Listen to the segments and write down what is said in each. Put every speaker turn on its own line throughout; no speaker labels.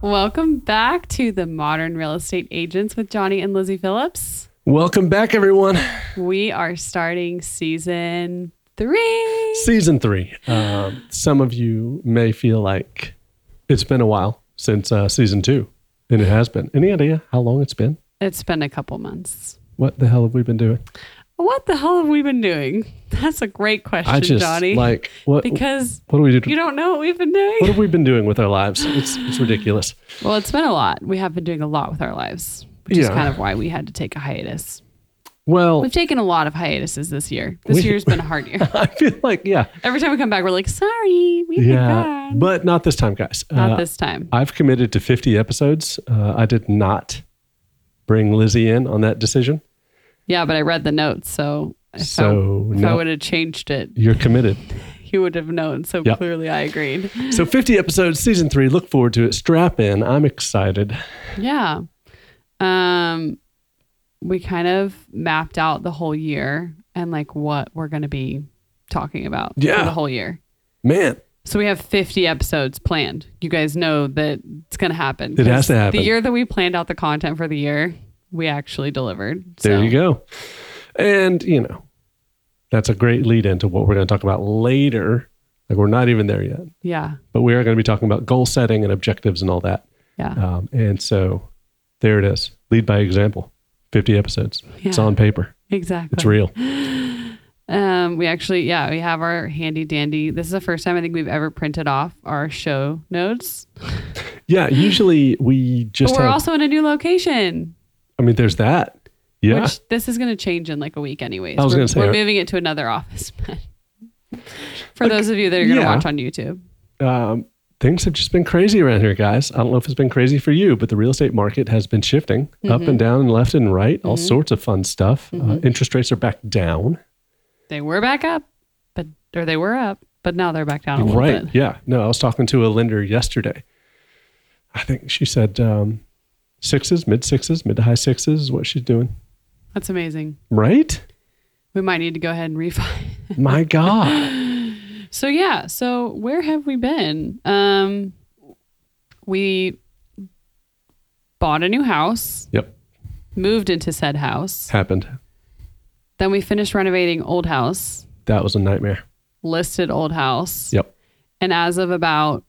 Welcome back to the Modern Real Estate Agents with Johnny and Lizzie Phillips.
Welcome back, everyone.
We are starting season three.
Season three. Um, some of you may feel like it's been a while since uh, season two, and it has been. Any idea how long it's been?
It's been a couple months.
What the hell have we been doing?
What the hell have we been doing? That's a great question,
I just
Johnny.
like what?
because
what do we do?
you don't know what we've been doing.
what have we been doing with our lives? It's it's ridiculous.
Well, it's been a lot. We have been doing a lot with our lives, which is
Yeah.
kind of why we had to take a hiatus.
Well,
We've taken a lot of hiatuses this year. This
We-
year's been a hard year.
I feel like yeah,
Every time we come back, we're like, sorry, we
yeah,
forgot.
but not this time, guys.
Not
Uh,
this time.
I've committed to 50 episodes. Uh, I did not bring Lizzie in on that decision.
Yeah, but I read the notes, so if
So,
I, if I
no.
would have changed it,
You're committed.
you would have known. So
Yep.
clearly, I agreed.
So 50 episodes, season three. Look forward to it. Strap in. I'm excited.
yeah. Um, we kind of mapped out the whole year and like what we're going to be talking about for
Yeah.
the whole year.
Man,
So we have 50 episodes planned. You guys know that it's going to happen.
It has to
'Cause
happen.
The year that we planned out the content for the year, we actually delivered.
there
So
you go. And, you know, that's a great lead into what we're going to talk about later. Like, we're not even there yet,
Yeah.
but we are going to be talking about goal setting and objectives and all that.
Yeah.
Um, and so there it is. Lead by example. 50 episodes. It's
Yeah.
on paper.
exactly.
It's real.
Um, we actually, yeah, we have our handy dandy. This is the first time I think we've ever printed off our show notes.
Yeah. Usually we
But
just
we're
have,
also in a new location,
I mean, there's that. Yeah.
which this is going to change in like a week, anyways.
I was
we're,
gonna say- uh,
we're moving it to another office. but- For those of you that are going to
yeah.
watch on YouTube,
um, things have just been crazy around here, guys. I don't know if it's been crazy for you, but the real estate market has been shifting up and down and left and right, all sorts of fun stuff. Uh, interest rates are back down.
they were back up, but or they were up, but now they're back down a little
Right.
bit.
Yeah. No, I was talking to a lender yesterday. I think she said um, sixes, mid sixes, mid to high sixes is what she's doing.
That's amazing.
Right?
We might need to go ahead and refi.
My God.
So yeah, so where have we been? Um we bought a new house,
Yep.
moved into said house.
Happened.
Then we finished renovating old house,
That was a nightmare.
listed old house.
Yep.
And as of about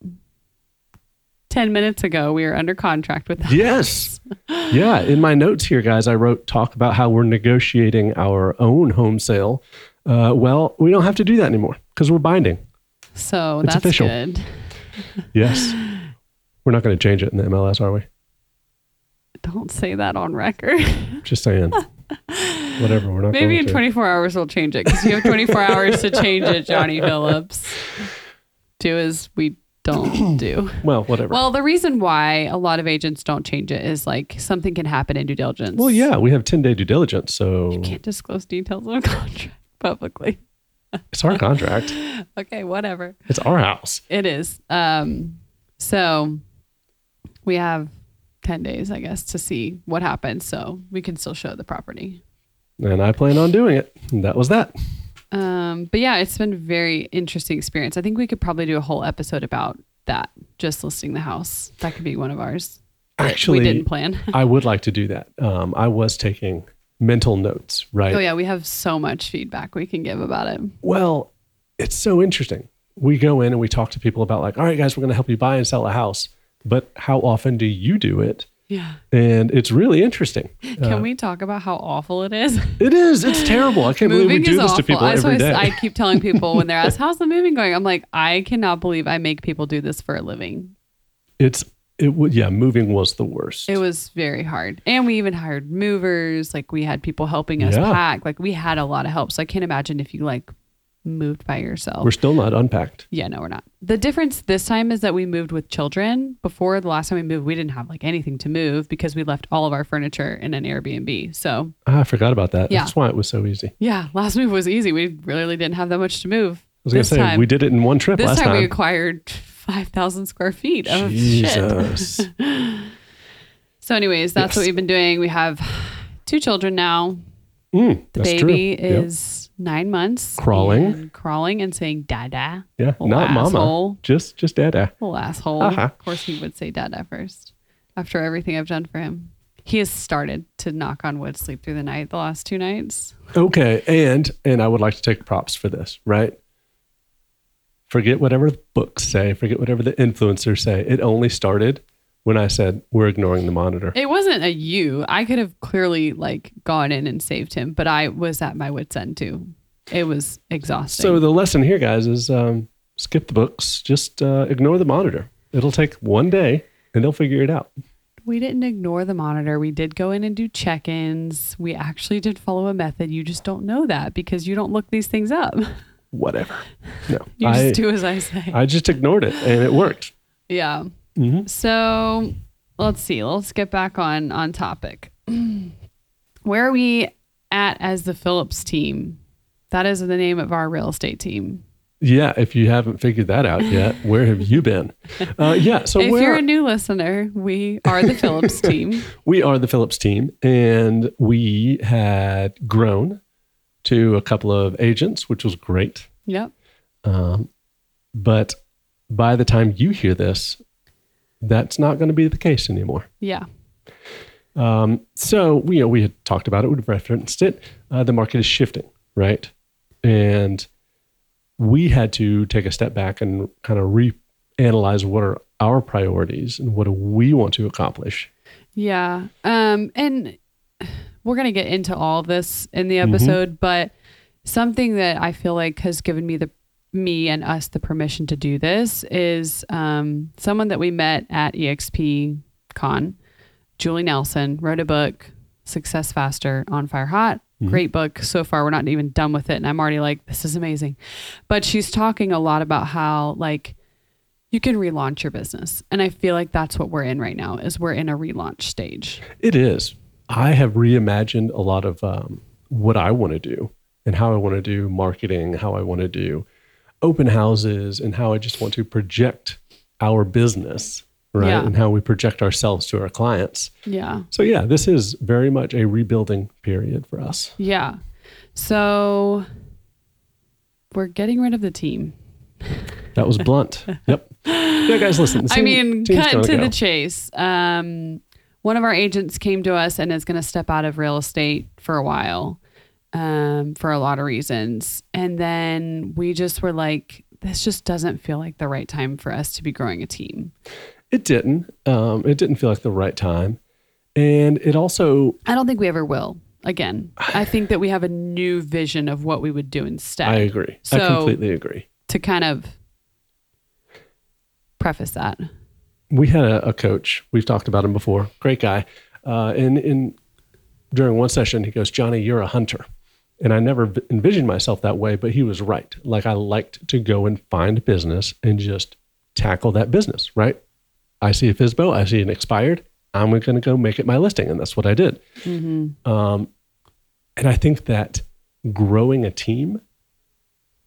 10 minutes ago, we are under contract with them.
Yes. Yeah. In my notes here, guys, I wrote talk about how we're negotiating our own home sale. Uh, well, we don't have to do that anymore because we're binding.
So
It's
that's
official.
good.
Yes. We're not going to change it in the MLS, are we?
Don't say that on record.
Just saying. Whatever. We're not
Maybe
going
in
to.
24 hours we'll change it because you have 24 hours to change it, Johnny Phillips. Do as we don't do.
well, whatever. Well,
Well, the reason why a lot of agents don't change it is like something can happen in due diligence.
yeah, we have 10 day due diligence. So
Can't disclose details on a contract publicly.
it's our contract,
Okay, whatever.
it's our house.
It is. Um, so we have 10 days, I guess, to see what happens. So we can still show the property.
And I plan on doing it. And that was that.
Um, but yeah, it's been a very interesting experience. I think we could probably do a whole episode about that, just listing the house. That could be one of ours. that
Actually,
we didn't plan.
I would like to do that. Um, I was taking mental notes, right?
Oh yeah, we have so much feedback we can give about it.
Well, it's so interesting. We go in and we talk to people about like, all right, guys, we're going to help you buy and sell a house, but how often do you do it?
Yeah.
And it's really interesting.
Can we talk about how awful it is?
It is. It's terrible. I can't believe we
Moving
do
is
this
awful.
to people
That's
every
why I
day.
s- I keep telling people when they're asked, "How's the moving going?" I'm like, "I cannot believe I make people do this for a living."
it's it would yeah. Moving was the worst.
It was very hard. And we even hired movers. Like we had people helping us
Yeah.
pack. Like we had a lot of help. So I can't imagine if you like moved by yourself.
we're still not unpacked.
yeah, no, we're not. The difference this time is that we moved with children. Before the last time we moved, we didn't have like anything to move because we left all of our furniture in an Airbnb. So
Ah, I forgot about that.
Yeah.
That's why it was so easy. I
yeah, last move was easy. We really didn't have that much to move.
was going to say
time,
we did it in one trip
this
last
time, we
time.
acquired five thousand square feet of shit.
Jesus.
So, anyways, that's
Yes.
what we've been doing. We have two children now.
Mm,
The
that's
baby
true. Yep.
is nine months
Crawling.
and crawling and saying dada.
Yeah,
Little
not mama.
asshole.
Just just dada.
Little asshole.
Uh-huh.
Of course, he would say dada first after everything I've done for him. He has started to knock on wood, sleep through the night the last two nights.
Okay, and and I would like to take props for this, right? Forget whatever the books say, forget whatever the influencers say. It only started when I said we're ignoring the monitor.
It wasn't a you. I could have clearly like gone in and saved him, but I was at my wits end too. It was exhausting.
So the lesson here, guys, is um, skip the books. Just uh, ignore the monitor. It'll take one day, and they'll figure it out.
We didn't ignore the monitor. We did go in and do check ins. We actually did follow a method. You just don't know that because you don't look these things up.
Whatever. No,
You
I
just do as I say.
I just ignored it, and it worked.
yeah.
Mhm.
So let's see. Let's get back on on topic. Where are we at as the Phillips team? That is the name of our real estate team.
Yeah, if you haven't figured that out yet, where have you been? Uh, yeah, so
if
where
you're a new listener, we are the Phillips team.
we are the Phillips team, and we had grown to a couple of agents, which was great.
Yep.
But by the time you hear this, that's not going to be the case anymore.
Yeah.
So we you know, we had talked about it, we referenced it. Uh, the market is shifting, right? And we had to take a step back and kind of reanalyze what are our priorities and what do we want to accomplish.
Yeah. Um and we're going to get into all this in the episode, but something that I feel like has given me the me and us the permission to do this is um someone that we met at EXP Con, Julie Nelson, wrote a book, Success Faster on Fire Hot. Great book so far. We're not even done with it and I'm already like this is amazing. But she's talking a lot about how like you can relaunch your business. And I feel like that's what we're in right now is we're in a relaunch stage.
It is. I have reimagined a lot of um, what I want to do and how I want to do marketing, how I want to do open houses, and how I just want to project our business, right?
Yeah.
And how we project ourselves to our clients.
Yeah.
So, yeah, this is very much a rebuilding period for us.
Yeah. So we're getting rid of the team.
That was blunt. yep. Yeah, guys, listen. the
I
team-
mean,
team's
cut
gonna
to
go.
the chase. Um, one of our agents came to us and is going to step out of real estate for a while um, for a lot of reasons. And then we just were like, this just doesn't feel like the right time for us to be growing a team.
It didn't. Um, it didn't feel like the right time. And it also,
I don't think we ever will again. I think that we have a new vision of what we would do instead.
I agree. I
Uh, So-
completely agree.
to kind of preface that.
we had a, a coach. We've talked about him before. Great guy. Uh, and in during one session, he goes, "Johnny, you're a hunter," and I never v- envisioned myself that way, but he was right. Like I liked to go and find business and just tackle that business. Right? I see a FISBO. I see an expired. I'm going to go make it my listing, and that's what I did. Um, and I think that growing a team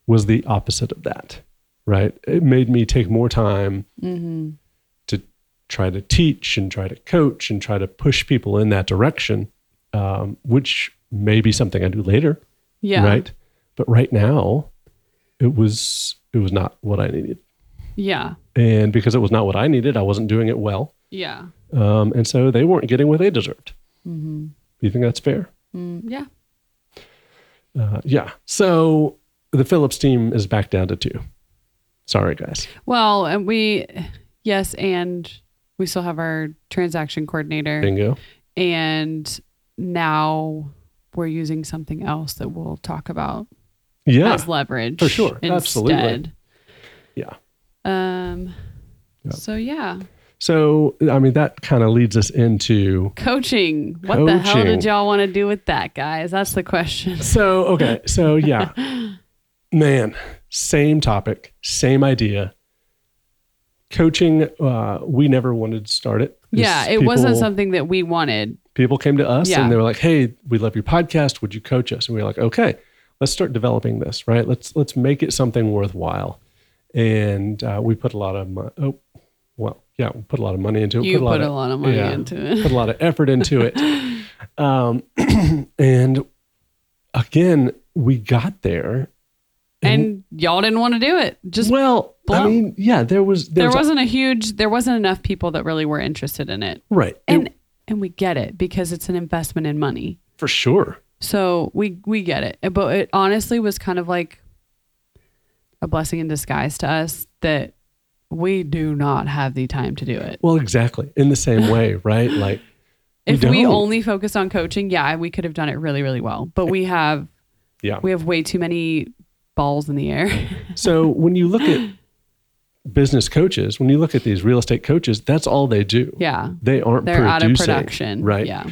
was the opposite of that. Right? It made me take more time to try to teach and try to coach and try to push people in that direction, um, which may be something I do later,
Yeah.
right? But right now, it was it was not what I needed,
Yeah.
and because it was not what I needed, I wasn't doing it well,
Yeah.
um, and so they weren't getting what they deserved. Do you think that's fair?
Mm, yeah.
Uh, yeah. So the Phillips team is back down to two. Sorry, guys.
Well, and we, yes, and we still have our transaction coordinator,
Bingo.
and now we're using something else that we'll talk about
Yeah.
as leverage
for sure. Absolutely.
instead.
yeah.
Um.
Yeah.
So yeah,
So I mean that kind of leads us into
coaching. What the hell
Coaching.
did y'all want to do with that, guys? That's the question.
So, okay. So, yeah. Man, same topic, same idea. Coaching, uh, we never wanted to start it.
Yeah, it
Just
wasn't
people-
something that we wanted.
People came to us
Yeah.
and they were like, "Hey, we love your podcast. Would you coach us?" And we were like, "Okay, let's start developing this. Right? Let's let's make it something worthwhile." And uh, we put a lot of money. Oh, well, yeah, we put a lot of money into it.
You put a lot of money
yeah,
into it.
put a lot of effort into it. Um, and again, we got there.
and y'all didn't want to do it. Just
well, I
blow.
mean, yeah, there was there,
there
was,
wasn't a huge. There wasn't enough people that really were interested in it,
right it-
and and we get it because it's an investment in money.
for sure.
So we we get it, but it honestly was kind of like a blessing in disguise to us that we do not have the time to do it.
Well, exactly in the same way, right? Like We
If we
don't.
only focused on coaching, yeah, we could have done it really really well. But we have
yeah.
we have way too many balls in the air.
So when you look at business coaches, when you look at these real estate coaches, that's all they do.
yeah.
They aren't
They're out of
producing,
production.
right?
Yeah.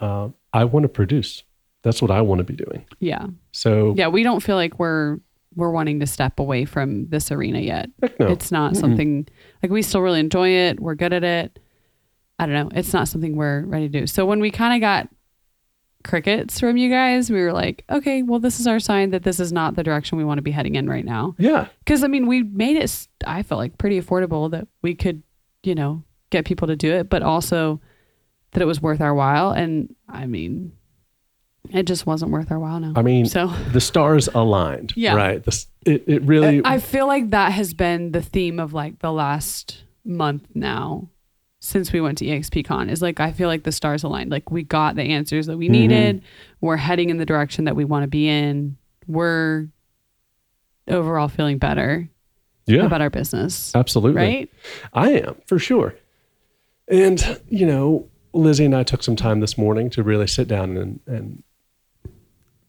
Uh, I want to produce. That's what I want to be doing.
Yeah.
So
Yeah, we don't feel like we're we're wanting to step away from this arena yet.
heck no.
It's not something like we still really enjoy it. We're good at it. I don't know. It's not something we're ready to do. So when we kind of got crickets from you guys, we were like, okay, well, this is our sign that this is not the direction we want to be heading in right now.
yeah,
Because I mean, we made it. s- I felt like pretty affordable that we could, you know, get people to do it, but also that it was worth our while. And I mean, it just wasn't worth our while now.
I mean,
so
the stars aligned.
Yeah.
right. The, s- it it really
I feel like that has been the theme of like the last month now since we went to ExpCon is like I feel like the stars aligned. Like we got the answers that we
Mm-hmm.
needed. We're heading in the direction that we want to be in. We're overall feeling better
yeah,
about our business.
absolutely.
Right?
I am for sure. And you know, Lizzie and I took some time this morning to really sit down and, and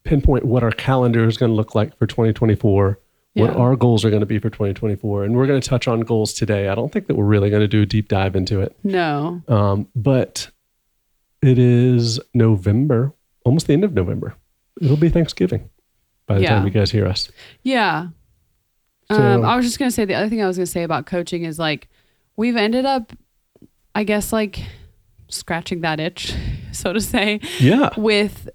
pinpoint what our calendar is going to look like for 2024, what
Yeah.
our goals are going to be for 2024, and we're going to touch on goals today. I don't think that we're really going to do a deep dive into it,
No.
um, but it is November, almost the end of November. It'll be Thanksgiving by the
Yeah.
time you guys hear us.
Yeah.
So-
um, I was just gonna say the other thing I was gonna say about coaching is like we've ended up, I guess, like scratching that itch, so to say.
Yeah,
with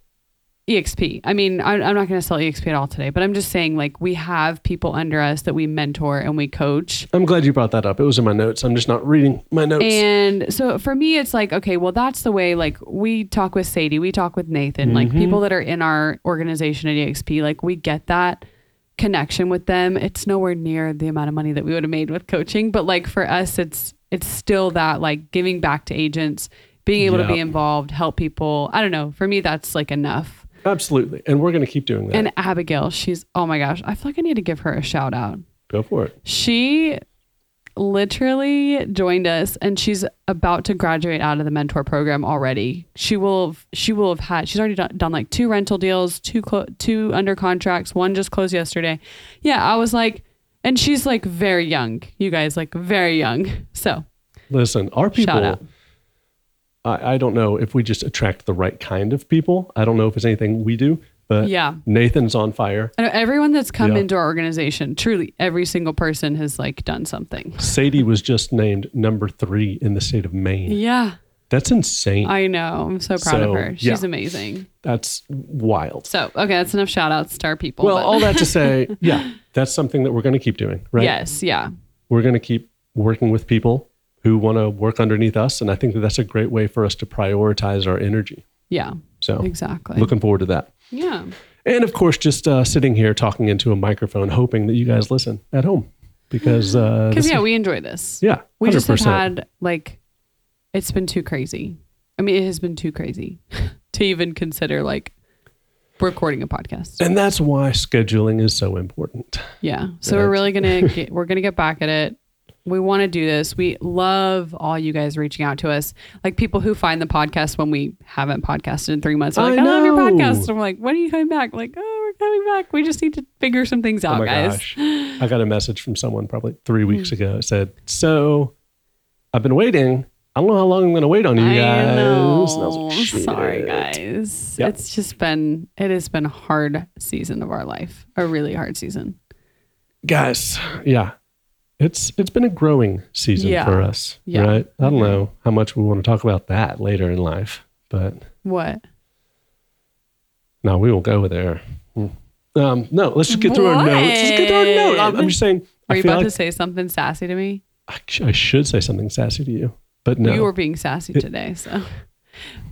exp i mean i'm, I'm not going to sell exp at all today but i'm just saying like we have people under us that we mentor and we coach
I'm glad you brought that up. It was in my notes. I'm just not reading my notes.
and so for me it's like okay well that's the way like we talk with sadie we talk with nathan like people that are in our organization at exp like we get that connection with them it's nowhere near the amount of money that we would have made with coaching but like for us it's it's still that like giving back to agents being able
Yeah.
to be involved help people i don't know for me that's like enough
Absolutely, and we're going to keep doing that.
And Abigail, she's oh my gosh, I feel like I need to give her a shout out.
Go for it.
She literally joined us and she's about to graduate out of the mentor program already. She will she will have had she's already done, done like two rental deals, two clo- two under contracts, one just closed yesterday. Yeah, I was like and she's like very young. You guys like very young. So,
Listen, our people.
out.
I, I don't know if we just attract the right kind of people. I don't know if it's anything we do, but
yeah.
Nathan's on fire.
I know everyone that's come
Yeah.
into our organization, truly every single person has like done something.
Sadie was just named number three in the state of Maine.
Yeah.
That's insane.
I know. I'm so proud
So,
of her. She's
yeah.
amazing.
That's wild.
So, okay, that's enough shout outs to our people.
Well,
but-
all that to say, yeah, that's something that we're going to keep doing, right?
yes, yeah.
We're going to keep working with people who want to work underneath us. And I think that that's a great way for us to prioritize our energy.
Yeah,
So
exactly.
looking forward to that.
yeah.
And of course, just uh, sitting here talking into a microphone, hoping that you guys listen at home because uh,
Because,
this-
yeah, we enjoy this.
yeah,
We just have
100%.
had, like, it's been too crazy. I mean, it has been too crazy to even consider, like, recording a podcast.
and that's why scheduling is so important.
Yeah. So we're really going to, we're going to get back at it. We want to do this. We love all you guys reaching out to us. Like people who find the podcast when we haven't podcasted in three months. are like,
I
I, love your
know.
podcast. I'm like, when are you coming back? Like, oh, we're coming back. We just need to figure some things out,
oh my
guys. Hmm.
gosh, I got a message from someone probably three weeks ago. It said, "So, I've been waiting. I don't know how long I'm going to wait on you
I
guys." And
know.
I was like, "Shit."
Sorry, guys.
Yeah.
It's just been it has been a hard season of our life. A really hard season.
Guys, yeah, it's it's been a growing season
Yeah.
for us,
Yeah. Mm-hmm.
right? I don't know how much we want to talk about that later in life, but
What?
No, we won't go there. Hmm. Um, no, let's just get through our
What?
notes. Let's just get through our notes. I'm, I'm just saying.
Were
I
you
feel
about
like
to say something sassy to me?
I sh- I should say something sassy to you, but no.
You were being sassy today, so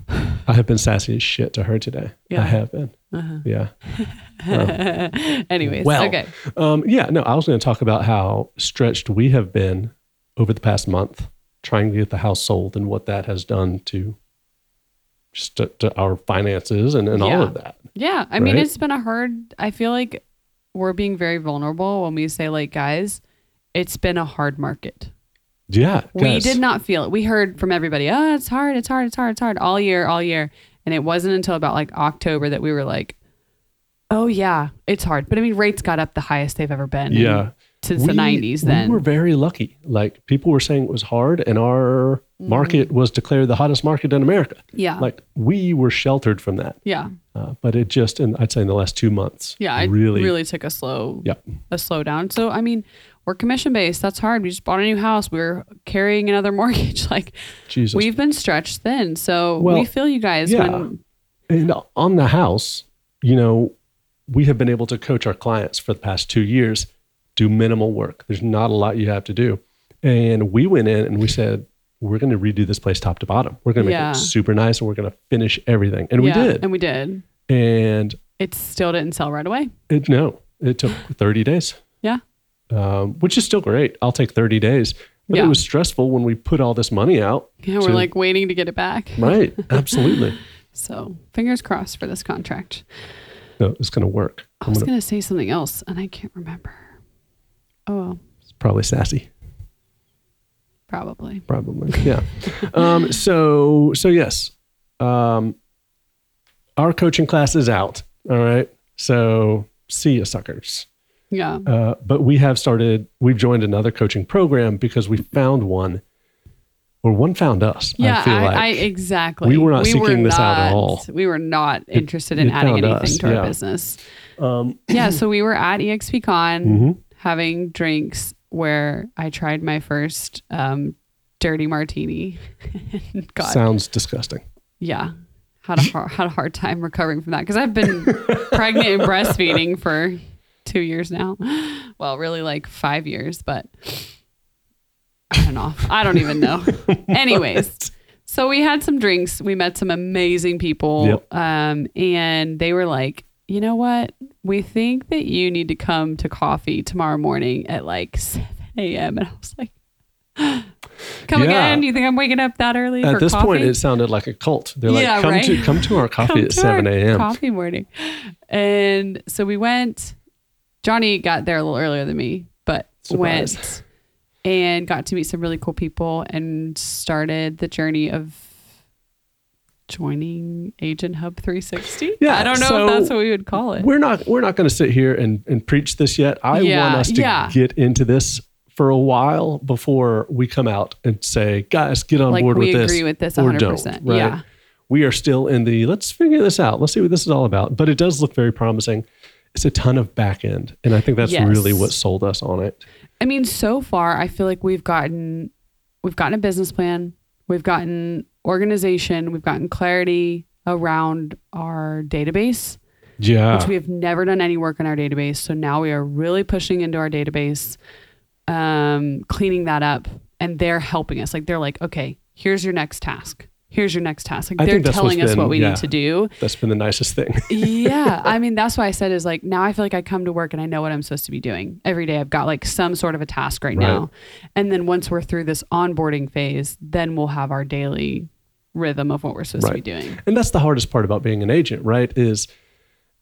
I have been sassy as shit to her today.
Yeah. Uh-huh.
I have been. Yeah.
Anyways,
Well.
okay.
Um, yeah, no, I was going to talk about how stretched we have been over the past month trying to get the house sold and what that has done to just to, to our finances and, and all
Yeah.
of that.
Yeah. I mean,
Right?
it's been a hard, I feel like we're being very vulnerable when we say, like, guys, it's been a hard market.
Yeah.
We
guys.
did not feel it. We heard from everybody, oh, it's hard, it's hard, it's hard, it's hard all year, all year. And it wasn't until about like October that we were like, oh, yeah, it's hard. But I mean, rates got up the highest they've ever been.
Yeah.
Since the 90s, then.
We were very lucky. Like people were saying it was hard and our market was declared the hottest market in America.
Mm. yeah.
Like we were sheltered from that.
yeah.
Uh, but it just, and I'd say in the last two months,
Yeah. I really,
really,
took a slow,
Yep.
a slow down. So, I mean, we're commission based. That's hard. We just bought a new house. We were carrying another mortgage. Like,
Jesus.
we've been stretched thin. So,
Well,
we feel you guys
yeah.
when,
And on the house, you know, we have been able to coach our clients for the past two years, do minimal work. There's not a lot you have to do. And we went in and we said, we're going to redo this place top to bottom. We're going to make
Yeah.
it super nice and we're going to finish everything. And
Yeah,
we did.
And we did.
And
It still didn't sell right away.
it, no, it took 30 days,
Yeah.
um, which is still great. I'll take 30 days. But
Yeah.
it was stressful when we put all this money out.
Yeah, we're
to-
like waiting to get it back.
Right. Absolutely.
So fingers crossed for this contract.
No, it's going to work.
I
I'm
was
going to
gonna say something else and I can't remember. Oh well,
probably sassy.
probably.
probably yeah um, so so yes um, our coaching class is out all right so see you suckers
Yeah.
uh, but we have started we've joined another coaching program because we found one or one found us
Yeah,
i feel
I,
like
I exactly.
we were not seeking this out at
not-
all.
We were not interested in
it
adding
found
anything
us,
to our
yeah.
business.
um,
Yeah, so we were at E EXPCon
mhm.
having drinks where I tried my first um, dirty martini. God,
sounds disgusting Mm.
yeah had a hard, had a hard time recovering from that because i've been pregnant and breastfeeding for two years now well really like five years but i don't know i don't even know anyways so we had some drinks we met some amazing people
Yep.
um, and they were like you know what we think that you need to come to coffee tomorrow morning at like 7 a.m and i was like come
Yeah.
again do you think i'm waking up that early for
at this
coffee?
point it sounded like a cult they're
Yeah,
like come
right.
to come to our coffee
Come
at
to our
7 a.m
Coffee morning. And so we went. Johnny got there a little earlier than me, but
Surprise.
went and got to meet some really cool people and started the journey of joining Agent Hub 360.
Yeah,
I don't know
so
if that's what we would call it.
we're not we're not going to sit here and, and preach this yet. I
Yeah,
want us to
yeah.
get into this for a while before we come out and say, guys, get on
Like,
board
we
with this.
agree with this
or
100%, yeah.
We are still in the let's figure this out. Let's see what this is all about. But it does look very promising. It's a ton of back end. And I think that's
Yes.
really what sold us on it.
I mean, so far, I feel like we've gotten we've gotten a business plan, we've gotten organization, we've gotten clarity around our database.
Yeah.
which we have never done any work on our database. So now we are really pushing into our database, um, cleaning that up, and they're helping us. Like they're like, okay, here's your next task. Here's your next task. Like
I
they're
think that's what's
telling us
been-
what we
yeah.
need to do.
that's been the nicest thing.
yeah. I mean, that's why I said is like now I feel like I come to work and I know what I'm supposed to be doing every day. I've got like some sort of a task right,
Right.
now. And then once we're through this onboarding phase, then we'll have our daily rhythm of what we're supposed to be
Right.
doing.
and that's the hardest part about being an agent, right? Is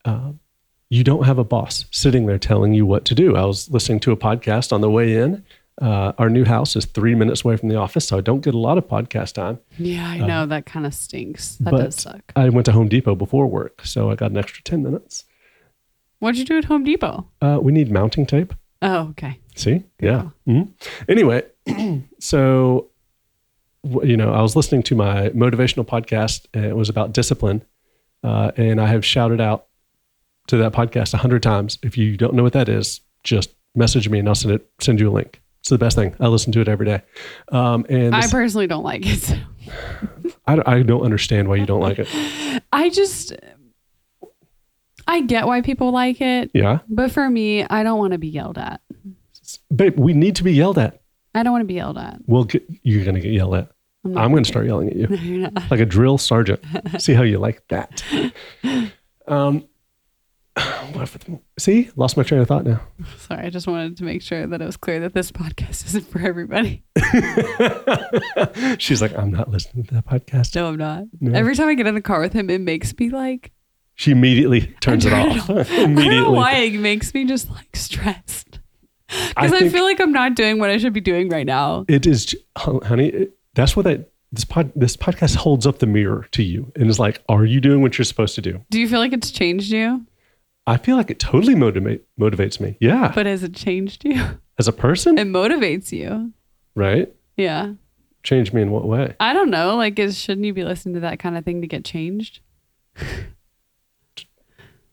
uh, you don't have a boss sitting there telling you what to do. I was listening to a podcast on the way in. Uh, our new house is three minutes away from the office, so I don't get a lot of podcast time.
Yeah, I know that kind of stinks. That
Uh. but
does suck.
I went to Home Depot before work, so I got an extra 10 minutes.
What'd you do at Home Depot?
Uh, we need mounting tape.
Oh, okay.
See? Yeah. Mhm. Anyway, so, w- you know, I was listening to my motivational podcast and it was about discipline. Uh, and I have shouted out to that podcast a hundred times. If you don't know what that is, just message me and I'll send it, send you a link. It's the best thing. I listen to it every day. Um, and
I
this-
personally don't like it. so-
I, don't- I don't understand why you don't like it.
I just, I get why people like it,
Yeah.
but for me, I don't want to be yelled at.
Babe, we need to be yelled at.
I don't want to be yelled at.
We'll get, you're going to get yelled at.
I'm not
I'm going to start yelling at you
You're not-
like a drill sergeant. See how you like that. Um, what if it's- see, lost my train of thought now.
Sorry, I just wanted to make sure that it was clear that this podcast isn't for everybody.
She's like, I'm not listening to that podcast.
No, I'm not.
No.
Every time I get in the car with him, it makes me like
She immediately turns it
turn it
off.
I don't know
immediately.
why it makes me just like stressed.
I
Because I,
think-
feel like I'm not doing what I should be doing right now.
It is, j- hon- honey. It, that's what I, this pod this podcast holds up the mirror to you and is like, are you doing what you're supposed to do?
Do you feel like it's changed you?
I feel like it totally motivate motivates me. Yeah,
But has it changed you?
as a person,
It motivates you.
right?
Yeah.
Change me in what way?
I don't know. Like, is, shouldn't you be listening to that kind of thing to get changed?
I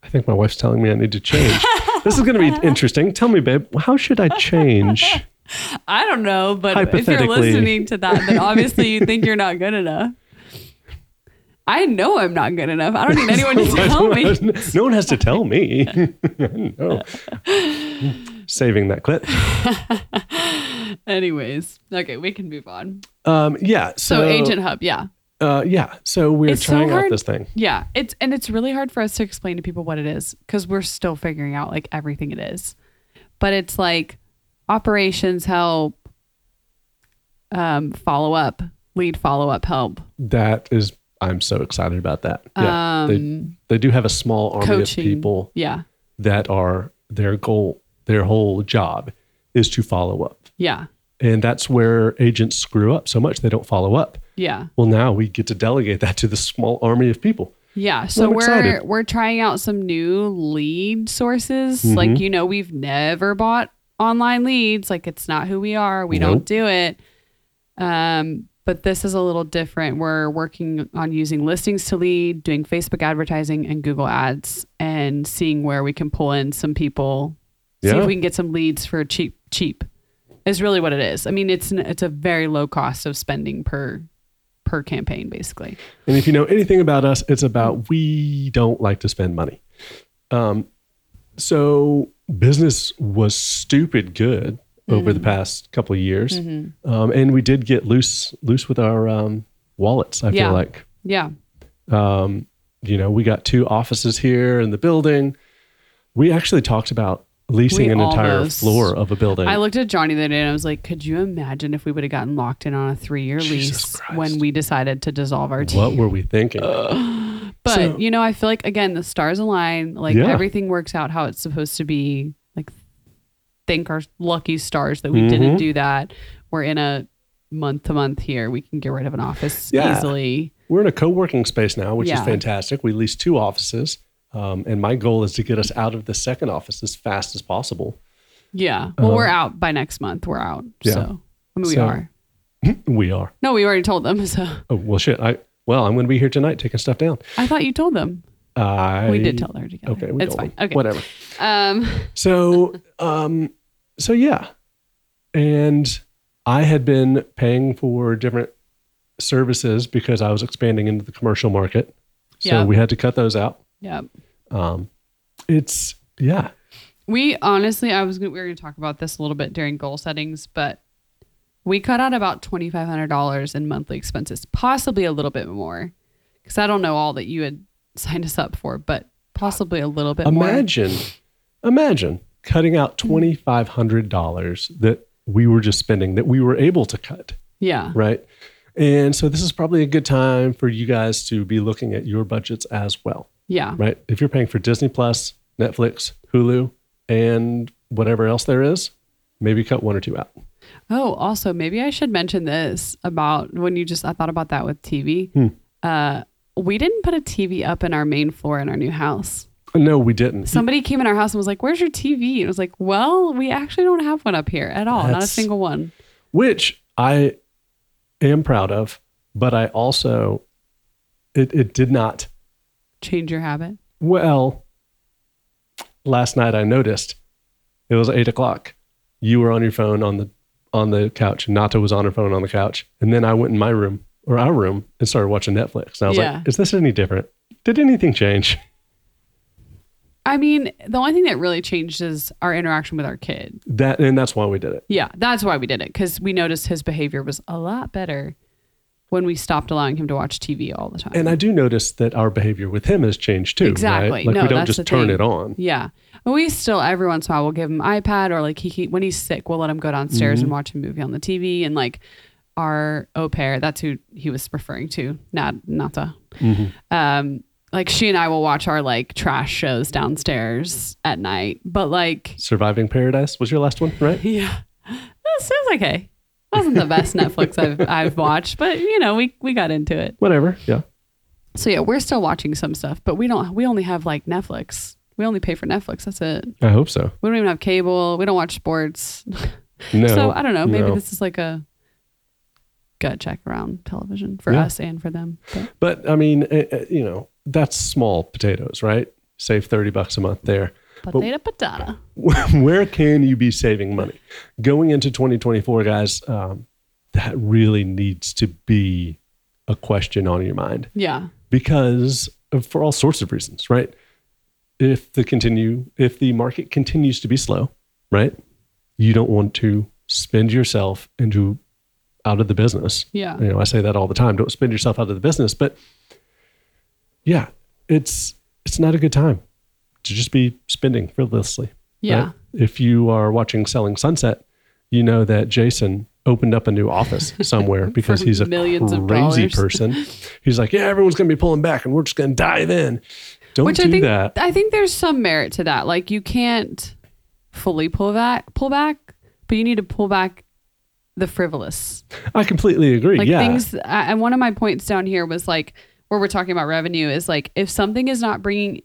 think my wife's telling me I need to change. this is going to be interesting. Tell me, babe, how should I change?
I don't know. But if you're
Hypothetically.
listening to that, then obviously you think you're not good enough. I know I'm not good enough. I don't need anyone to tell me.
no one has to tell me. no. Saving that clip.
Anyways, okay, we can move on.
Um, yeah. So,
So, Agent Hub, yeah.
Uh, yeah. So we're
It's so
trying out
hard.
this thing.
Yeah, it's and it's really hard for us to explain to people what it is because we're still figuring out like everything it is. But it's like operations help, um, follow up, lead follow up help,
That is, I'm so excited about that. Yeah. they,
Um,
they do have a small army
coaching.
of people
Yeah,
that are their goal, their whole job is to follow up.
yeah,
And that's where agents screw up so much they don't follow up.
yeah,
Well, now we get to delegate that to the small army of people.
yeah. So
I'm
we're
excited.
we're trying out some new lead sources.
Mm-hmm.
Like you know, we've never bought online leads. Like it's not who we are. We
Nope.
don't do it. Um, but this is a little different. We're working on using listings to lead, doing Facebook advertising and Google ads, and seeing where we can pull in some people. See
Yeah.
if we can get some leads for cheap. Cheap is really what it is. I mean, it's an, it's a very low cost of spending per per campaign, basically.
And if you know anything about us, it's about we don't like to spend money. Um, so business was stupid good over
Mm-hmm.
the past couple of years, um, and we did get loose loose with our um, wallets. I
Yeah.
feel like Um,
Yeah,
you know we got two offices here in the building. We actually talked about leasing
We
an entire
almost-
floor of a building.
I looked at Johnny the other day and I was like, could you imagine if we would have gotten locked in on a three year
Jesus
lease
Christ.
when we decided to dissolve our team?
what were we thinking?
But
So-
you know, I feel like again the stars align. Like
Yeah.
everything works out how it's supposed to be. Like thank our lucky stars that we
Mm-hmm.
didn't do that. We're in a month to month here. We can get rid of an office
Yeah.
easily.
We're in a co-working space now, which is
Yeah.
fantastic. We lease two offices, um, and my goal is to get us out of the second office as fast as possible.
Yeah. Well, we're out by next month. We're out.
Um, Yeah.
So I mean, we
So-
are.
We are.
No, we already told them. So
Oh well, shit. I well, I'm going to be here tonight taking stuff down.
I thought you told them.
I,
We did tell her together.
Okay, we
it's
told
fine.
them.
Okay.
whatever.
Um.
So, um, so yeah, and I had been paying for different services because I was expanding into the commercial market. So
Yeah.
we had to cut those out.
Yeah.
Um, it's yeah,
We honestly, I was gonna, we were going to talk about this a little bit during goal settings, but we cut out about twenty five hundred dollars in monthly expenses, possibly a little bit more, because I don't know all that you had signed us up for, but possibly a little bit more.
Imagine, imagine cutting out twenty five hundred dollars that we were just spending that we were able to cut,
Yeah,
right? And so this is probably a good time for you guys to be looking at your budgets as well,
yeah,
right? If you're paying for Disney Plus, Netflix, Hulu, and whatever else there is, maybe cut one or two out.
Oh, also, maybe I should mention this about when you just I thought about that with TV. Uh, we didn't put a TV up in our main floor in our new house.
No, we didn't.
Somebody came in our house and was like, "Where's your TV?" And I was like, "Well, we actually don't have one up here at all. Not a
That's-
single one."
which I am proud of, but I also it, it did not
Change your habit.
Well, last night I noticed it was eight o'clock. You were on your phone on the on the couch. Nata was on her phone on the couch, and then I went in my room or our room and started watching Netflix. And I was
Yeah.
like, "Is this any different? Did anything change?"
I mean, the only thing that really changed is our interaction with our kid.
That and that's why we did it.
Yeah, that's why we did it because we noticed his behavior was a lot better when we stopped allowing him to watch TV all the time.
And I do notice that our behavior with him has changed too. right?
Exactly.
Like
No,
we don't
that's the
just turn
thing.
it on.
yeah. But we still every once in a while we'll give him iPad or like he, he when he's sick, we'll let him go downstairs
Mm-hmm.
and watch a movie on the TV and like our au pair, that's who he was referring to, not Nata.
Mm-hmm.
Um like she and I will watch our like trash shows downstairs at night. But like
Surviving Paradise was your last one, right?
yeah. That sounds okay. Wasn't the best Netflix I've I've watched, but you know, we we got into it.
Whatever. Yeah.
So yeah, we're still watching some stuff, but we don't. We only have like Netflix. We only pay for Netflix. That's it.
I hope so.
We don't even have cable. We don't watch sports.
No.
so I don't know. Maybe
no.
this is like a gut check around television for
Yeah.
us and for them. But
But I mean, eh, eh, you know, that's small potatoes, right? Save 30 bucks a month there.
potato, potato.
Where can you be saving money? Going into 2024, guys, um, that really needs to be a question on your mind
Yeah.
because of- for all sorts of reasons, right? If the continue if the market continues to be slow, right? You don't want to spend yourself into out of the business.
Yeah.
You know, I say that all the time. Don't spend yourself out of the business, but yeah, it's it's not a good time to just be spending frivolously.
Yeah.
right? If you are watching Selling Sunset, you know that Jason opened up a new office somewhere because
For
he's a
millions of
crazy
dollars.
person. He's like, yeah, everyone's going to be pulling back and we're just going to dive in. Don't
Which
do
I think
that.
I think there's some merit to that. Like you can't fully pull back, pull back, but you need to pull back the frivolous
I completely agree.
like
yeah.
things I, and one of my points down here was like where we're talking about revenue is like if something is not bringing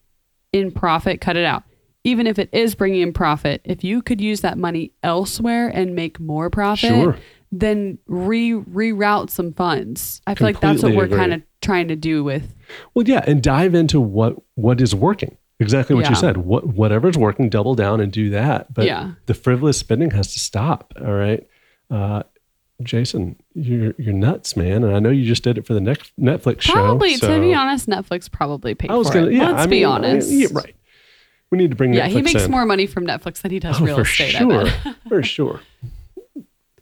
in profit cut it out even if it is bringing in profit if you could use that money elsewhere and make more profit
Sure.
then re reroute some funds i feel like that's what
Completely
we're
agree.
kind of trying to do with
Well, yeah, and dive into what what is working. Exactly what you
Yeah.
said. What whatever's working, double down and do that. But
Yeah.
the frivolous spending has to stop. All right, uh, Jason, you're you're nuts, man. And I know you just did it for the next Netflix
probably
show.
to be
so-
honest netflix probably paid
I was
for
gonna.
it
Yeah,
let's
I
be
mean, I mean,
honest
yeah, right. We need to bring
yeah
Netflix
he makes
in.
more money from netflix than he does
Oh,
real
for
estate I
sure,
bet.
for sure.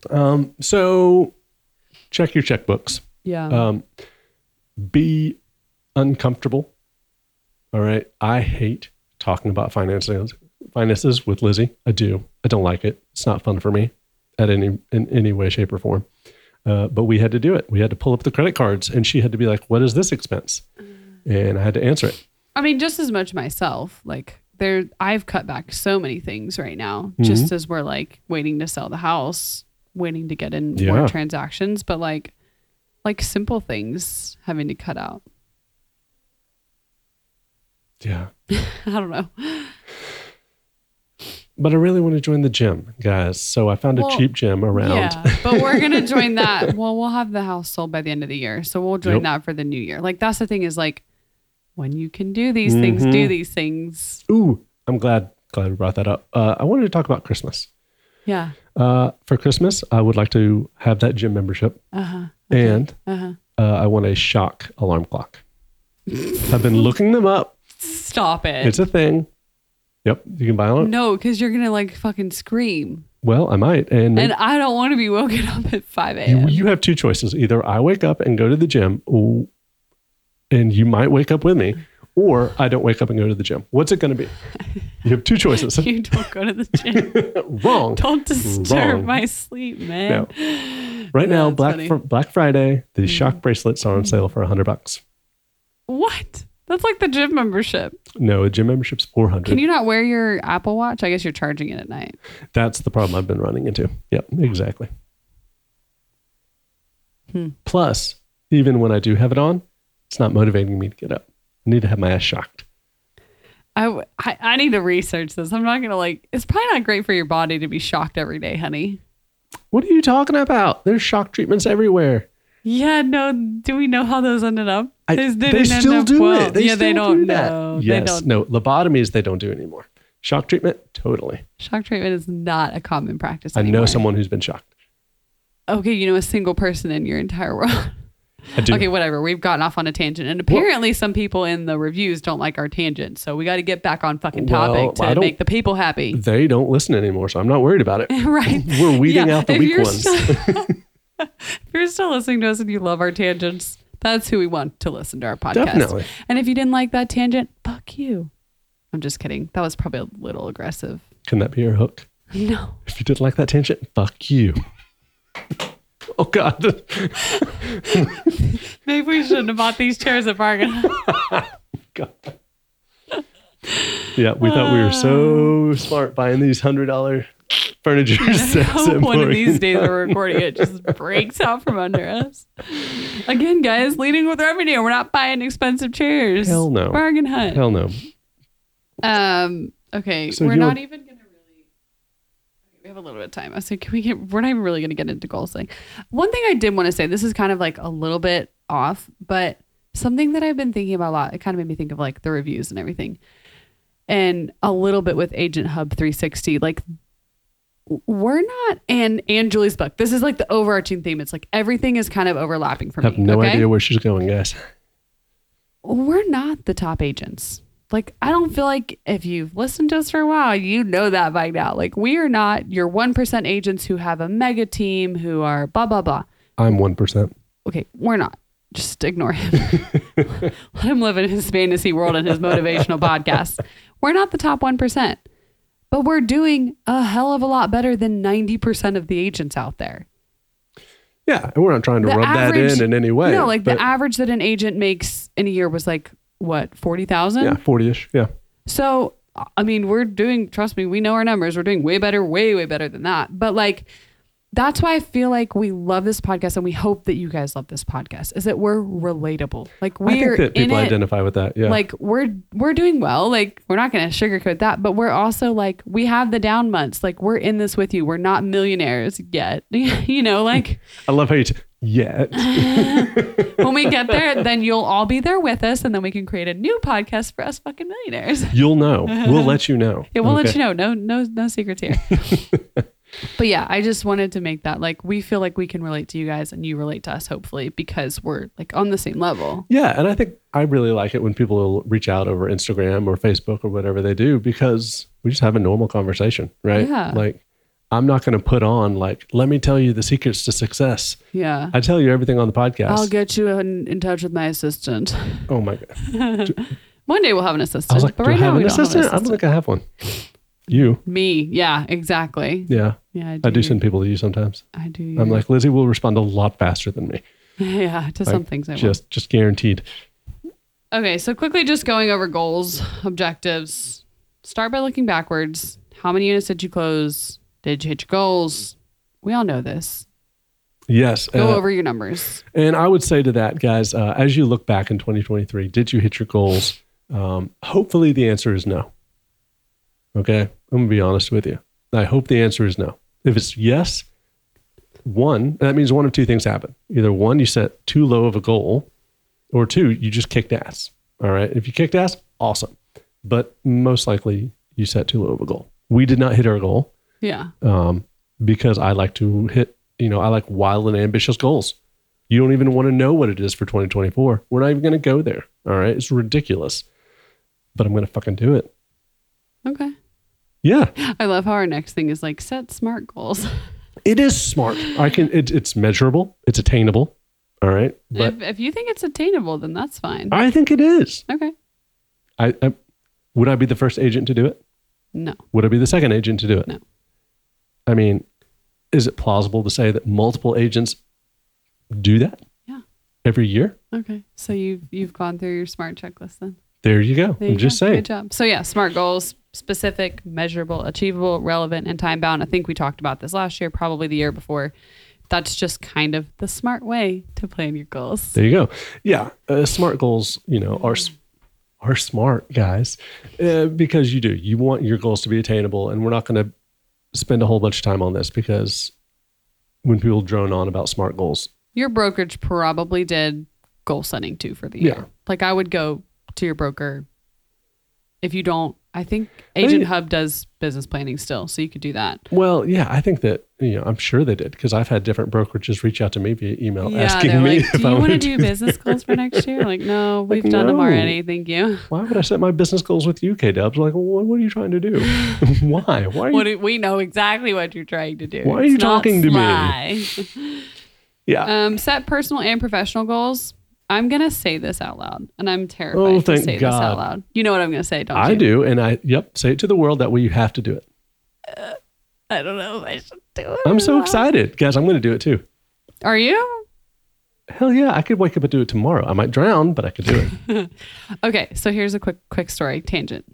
Um, so check your checkbooks.
yeah
Um,
Uh-huh.
be uncomfortable. All right. I hate talking about finances finances with Lizzie. I do. I don't like it. It's not fun for me at any in any way, shape, or form. Uh, but we had to do it. We had to pull up the credit cards, and she had to be like, "What is this expense?"
Mm.
And I had to answer it.
I mean, just as much myself. Like there, I've cut back so many things right now,
Mm-hmm.
just as we're like waiting to sell the house, waiting to get in
Yeah.
more transactions. But like, like simple things having to cut out.
Yeah.
I don't know.
But I really want to join the gym, guys. So I found
Well,
a cheap gym around.
Yeah, but we're gonna join that. Well, we'll have the house sold by the end of the year, so we'll join
Yep.
that for the new year. Like that's the thing is like, when you can do these things,
Mm-hmm.
do these things.
Ooh, I'm glad glad we brought that up. Uh, I wanted to talk about Christmas.
Yeah.
Uh, for Christmas, I would like to have that gym membership,
Uh huh.
and
Uh-huh.
uh, I want a shock alarm clock. I've been looking them up.
Stop it.
It's a thing. Yep, you can buy one.
no, because you're gonna like fucking scream.
Well, I might, and,
And I don't want to be woken up at 5
you,
a.m.
you have two choices. Either I wake up and go to the gym, or, and you might wake up with me, or I don't wake up and go to the gym. What's it going to be? You have two choices.
You don't go to the gym.
Wrong.
Don't disturb
Wrong.
my sleep, man.
No. Right now,
That's
Black
funny. Mm-hmm.
fr- Black Friday, the shock bracelets are on sale for hundred bucks.
What? That's like the gym membership.
No, a gym membership's four hundred.
Can you not wear your Apple Watch? I guess you're charging it at night.
That's the problem I've been running into. Yep, exactly.
Hmm.
Plus, even when I do have it on, it's not motivating me to get up. I need to have my ass shocked.
I, w- I, I need to research this. I'm not going to like, it's probably not great for your body to be shocked every day, honey.
What are you talking about? There's shock treatments everywhere.
Yeah, no. Do we know how those ended up?
I-
Those
they
didn't
still do
well.
it. They
yeah, they
still
don't
do that.
know.
Yes,
They don't.
no lobotomies they don't do anymore. Shock treatment, totally.
Shock treatment is not a common practice.
I know
anymore.
someone who's been shocked.
Okay, you know a single person in your entire world.
I do.
Okay, whatever. We've gotten off on a tangent, and apparently some people in the reviews don't like our tangent. So we got to get back on fucking
Well,
topic
I
to
don't-
make the people happy,
They don't listen anymore, so I'm not worried about it.
right?
We're weeding
Yeah,
out the
if
weak
you're
ones.
still- If you're still listening to us and you love our tangents, that's who we want to listen to our podcast.
Definitely.
And if you didn't like that tangent, fuck you. I'm just kidding. That was probably a little aggressive.
Can that be your hook?
No.
If you didn't like that tangent, fuck you. oh God.
Maybe we shouldn't have bought these chairs at bargain.
God. Yeah, we thought we were so smart buying these hundred dollar furniture
Ah. I
sets.
hope
at
one of
Morgan.
these days we're recording it just breaks out from under us. Again, guys, leading with revenue. We're not buying expensive chairs.
Hell no.
Bargain hunt.
Hell no.
Um. Okay,
So
we're
you
not
were-
even gonna really. We have a little bit of time. I said, can we get? We're not even really gonna get into goal setting. One thing I did want to say. This is kind of like a little bit off, but something that I've been thinking about a lot. It kind of made me think of like the reviews and everything, and a little bit with Agent Hub 360. Like w- we're not and and Julie's book. This is like the overarching theme. It's like everything is kind of overlapping for
I have
me.
no
okay?
idea where she's going, guys.
we're not the top agents. Like, I don't feel like if you've listened to us for a while, you know that by now. Like, we are not your 1% agents who have a mega team, who are blah, blah, blah.
I'm one percent.
Okay, we're not. Just ignore him. Let him live in his fantasy world and his motivational podcast. We're not the top 1%, but we're doing a hell of a lot better than 90% of the agents out there.
Yeah, and we're not trying to rub that in in any way.
No, like
but
the average that an agent makes in a year was like, what, 40,000?
yeah, forty-ish. Yeah,
So, I mean, we're doing, trust me, we know our numbers. We're doing way better, way, way better than that. But like, that's why I feel like we love this podcast and we hope that you guys love this podcast is that we're relatable. Like
I
we're
think that
in
people
it.
identify with that. Yeah,
Like we're we're doing well. Like we're not going to sugarcoat that, but we're also like we have the down months. Like we're in this with you. We're not millionaires yet. you know, like
I love how you. T- yeah,
when we get there, then you'll all be there with us and then we can create a new podcast for us fucking millionaires.
you'll know. We'll let you know.
Yeah, we'll let
Okay.
you know. No, no, no secrets here. but yeah, I just wanted to make that like we feel like we can relate to you guys and you relate to us, hopefully, because we're like on the same level.
Yeah, and I think I really like it when people will reach out over Instagram or Facebook or whatever they do because we just have a normal conversation, right?
Yeah.
Like, I'm not going to put on like, let me tell you the secrets to success.
Yeah.
I tell you everything on the podcast.
I'll get you in, in touch with my assistant.
oh my god!
One day we'll have an
I
assistant,
was like,
but
do I
right now
have
we
an
don't
assistant?
have
I
an
don't
assistant.
think I have one. You?
Me, yeah, exactly.
Yeah,
Yeah,
I do send people to you sometimes.
I do.
I'm
you.
like, Lizzie will respond a lot faster than me.
yeah, to
Like,
some things I will.
just, just guaranteed.
Okay, so quickly just going over goals, objectives. Start by looking backwards. How many units did you close? Did you hit your goals? We all know this.
Yes.
Go
uh,
over your numbers.
And I would say to that, guys, uh, as you look back in 2023, did you hit your goals? Um, hopefully, the answer is no. Okay. I'm going to be honest with you. I hope the answer is no. If it's yes, one, that means one of two things happen. Either one, you set too low of a goal, or two, you just kicked ass. All right. If you kicked ass, awesome. But most likely, you set too low of a goal. We did not hit our goal
Yeah.
um, because I like to hit, you know, I like wild and ambitious goals. You don't even want to know what it is for 2024. We're not even going to go there. All right. It's ridiculous, but I'm going to fucking do it.
Okay.
Yeah.
I love how our next thing is like set smart goals.
It is smart. I can, it, it's measurable, it's attainable. All right. But
if, if you think it's attainable, then that's fine.
I think it is.
Okay.
I, I, would I be the first agent to do it?
No.
Would I be the second agent to do it?
No.
I mean, is it plausible to say that multiple agents do that?
Yeah.
Every year?
Okay. So you've you've gone through your smart checklist then.
There you go.
There
I'm
you
just
go.
saying.
Good job. So yeah, smart goals, specific, measurable, achievable, relevant, and time bound. I think we talked about this last year, probably the year before. That's just kind of the smart way to plan your goals.
There you go. Yeah, uh, smart goals, you know, are s- are smart, guys, uh, because you do. You want your goals to be attainable, and we're not going to spend a whole bunch of time on this because when people drone on about smart goals,
Your brokerage probably did goal setting too for the
Yeah.
year. Like I would go to your broker if you don't. I think
mean-
Agent Hub does business planning still, so you could do that.
well, yeah, I think that you know, I'm sure they did because I've had different brokerages reach out to me via email asking
they're
me
like,
if
do
I
you
want to
do
do.
business goals for next year? Like, no, we've
Like,
done them
no.
already. Thank you.
Why would I set my business goals with you, K Dubs? Like, what, what are you trying to do? Why? Why? Are you,
What do- we know exactly what you're trying to do.
Why are you
It's not
talking to me?
sly.
Yeah.
Um, set personal and professional goals. I'm gonna say this out loud, and I'm terrified
Oh,
to
thank
say this out
God.
loud. You know what I'm gonna say, don't
I
you?
do, and I yep. Say it to the world that way. You have to do it.
I don't know if I should do it.
I'm
or
so
not.
excited, guys. I'm going to do it too.
Are you?
Hell yeah! I could wake up and do it tomorrow. I might drown, but I could do it.
Okay, so here's a quick quick story tangent.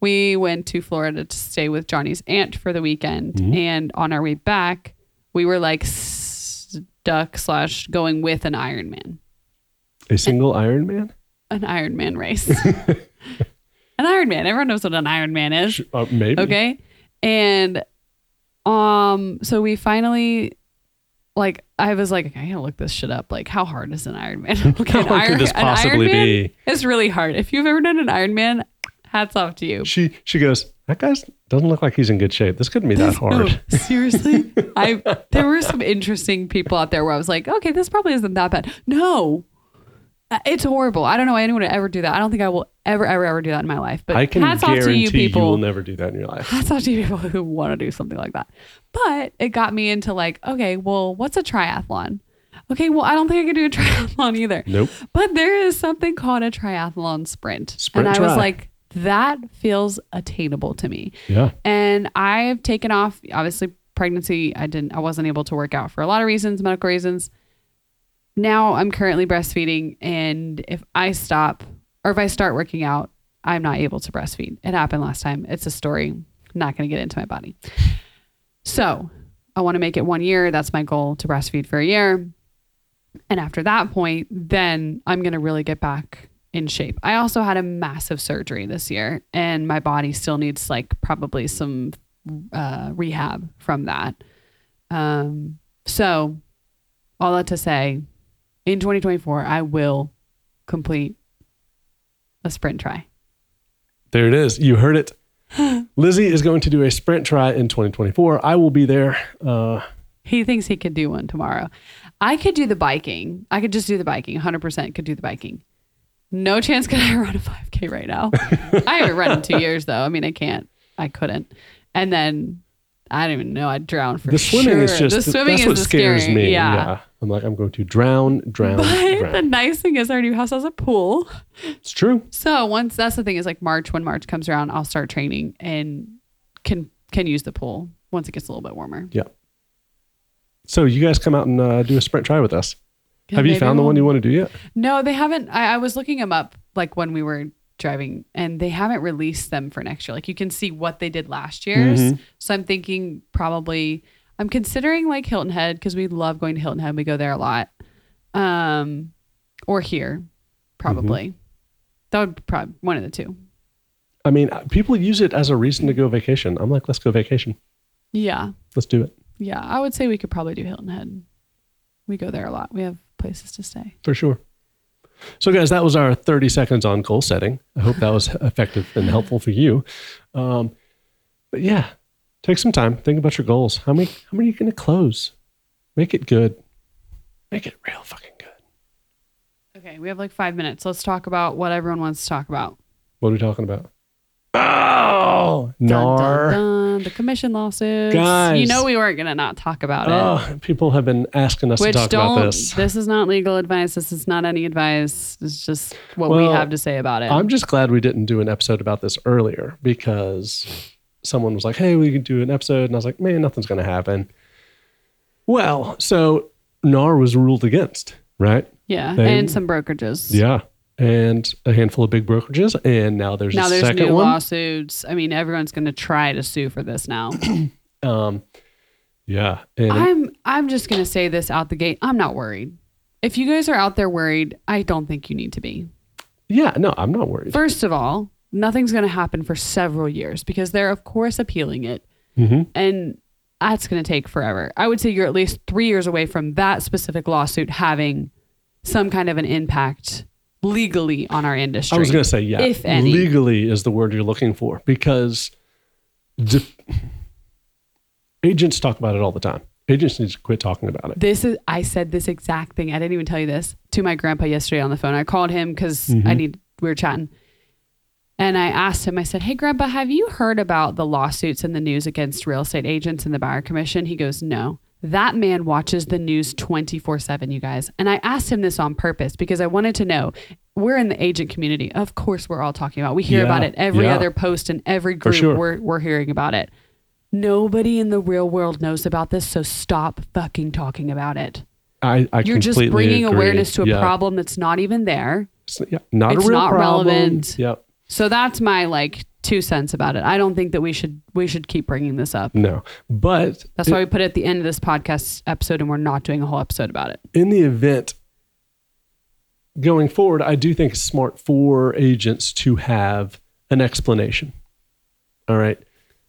We went to Florida to stay with Johnny's aunt for the weekend,
Mm-hmm.
and on our way back, we were like stuck slash going with an Ironman,
A single Iron Man,
an Ironman race, an Ironman. Everyone knows what an Ironman is.
uh, maybe.
Okay. And um, so we finally like I was like, I gotta look this shit up. Like, how hard is an Iron Man? Okay,
How hard could this possibly be?
It's really hard. If you've ever done an Iron Man, hats off to you.
She she goes. That guy doesn't look like he's in good shape. This couldn't be that hard.
No, seriously, I there were some interesting people out there where I was like, okay, this probably isn't that bad. No, Uh, it's horrible. I don't know why anyone would ever do that. I don't think I will ever, ever, ever do that in my life. But
I can
hats off to
guarantee
you
you,
people.
will never do that in your life.
That's not to people who want to do something like that. But it got me into like, okay, well, what's a triathlon? Okay, well, I don't think I can do a triathlon either.
Nope.
But there is something called a triathlon sprint.
Sprint
and I was
try.
like, that feels attainable to me.
Yeah.
And I've taken off, obviously, pregnancy. I didn't, I wasn't able to work out for a lot of reasons, medical reasons. Now I'm currently breastfeeding. And if I stop or if I start working out, I'm not able to breastfeed. It happened last time. It's a story. not going to get into my body. So I want to make it one year. That's my goal to breastfeed for a year. And after that point, then I'm going to really get back in shape. I also had a massive surgery this year, and my body still needs like probably some uh, rehab from that. Um, so, all that to say, in 2024, I will complete a sprint try.
There it is. You heard it. Lizzie is going to do a sprint try in 2024. I will be there. Uh,
He thinks he could do one tomorrow. I could do the biking. I could just do the biking. 100% could do the biking. No chance could I run a 5K right now. I haven't run in two years, though. I mean, I can't. I couldn't. And then I don't even know. I'd drown for
the swimming
sure.
is just
the swimming
that's
is
what
the
scares
scary.
me.
Yeah.
I'm like I'm going to drown, drown,
But the
drown.
nice thing is our new house has a pool.
It's true.
So once that's the thing is like March, when March comes around, I'll start training and can can use the pool once it gets a little bit warmer.
Yeah. So you guys come out and uh, do a sprint try with us. Have you
Maybe
found the
we'll-
one you want to do yet?
No, they haven't. I, I was looking them up like when we were driving, and they haven't released them for next year. Like you can see what they did last year's. So I'm thinking probably I'm considering like Hilton Head because we love going to Hilton Head. We go there a lot, um, or here, probably. That would probably one of the two.
I mean, uh, people use it as a reason to go vacation. I'm like, let's go vacation.
Yeah,
Let's do it
yeah. I would say we could probably do Hilton Head. We go there a lot. We have places to stay.
for sure. So, guys, that was our 30 seconds on goal setting. I hope that was effective and helpful for you. Um, but yeah, take some time. Think about your goals. How many? How many are you going to close? Make it good. Make it real fucking good.
Okay, we have like five minutes. Let's talk about what everyone wants to talk about.
What are we talking about? Oh,
Dun,
nar.
dun, dun, the commission lawsuits.
Guys.
You know we weren't gonna not talk about it.
Oh, people have been asking us
Which
to talk
don't
about this.
is not legal advice. This is not any advice. It's just what we
Well,
have to say about it.
I'm just glad we didn't do an episode about this earlier because someone was like, "Hey, we could do an episode," and I was like, "Man, nothing's going to happen." Well, so NAR was ruled against, right?
yeah.
they-
and some brokerages.
Yeah, and a handful of big brokerages, and now there's
Now
a
there's
second
new
one.
lawsuits. I mean, everyone's gonna try to sue for this now.
Um, yeah, and
I'm I'm just gonna say this out the gate. I'm not worried. If you guys are out there worried, I don't think you need to be.
yeah, no, I'm not worried.
First of all, nothing's going to happen for several years because they're, of course, appealing it.
Mm-hmm.
And that's going to take forever. I would say you're at least three years away from that specific lawsuit having some kind of an impact legally on our industry.
I was going to say, yeah,
If any.
legally is the word you're looking for because d- agents talk about it all the time. Agents need to quit talking about it.
This is, I said this exact thing. I didn't even tell you this to my grandpa yesterday on the phone. I called him because
Mm-hmm.
I need, we were chatting. And I asked him, I said, Hey, grandpa, have you heard about the lawsuits in the news against real estate agents and the buyer commission? He goes, No. That man watches the news 24 7, you guys. And I asked him this on purpose because I wanted to know. We're in the agent community. Of course, we're all talking about. We hear
Yeah,
about it every
yeah.
other post and every group.
sure.
We're, we're hearing about it. Nobody in the real world knows about this, so stop fucking talking about it.
I, I
You're just
completely
bringing
agree.
awareness to a
Yeah.
problem that's not even there.
It's, yeah, not
It's
a real
not
problem.
relevant.
Yep.
So that's my like two cents about it. I don't think that we should we should keep bringing this up.
No. But
That's why we put it at the end of this podcast episode, and we're not doing a whole episode about it.
in the event going forward, I do think it's smart for agents to have an explanation. All right.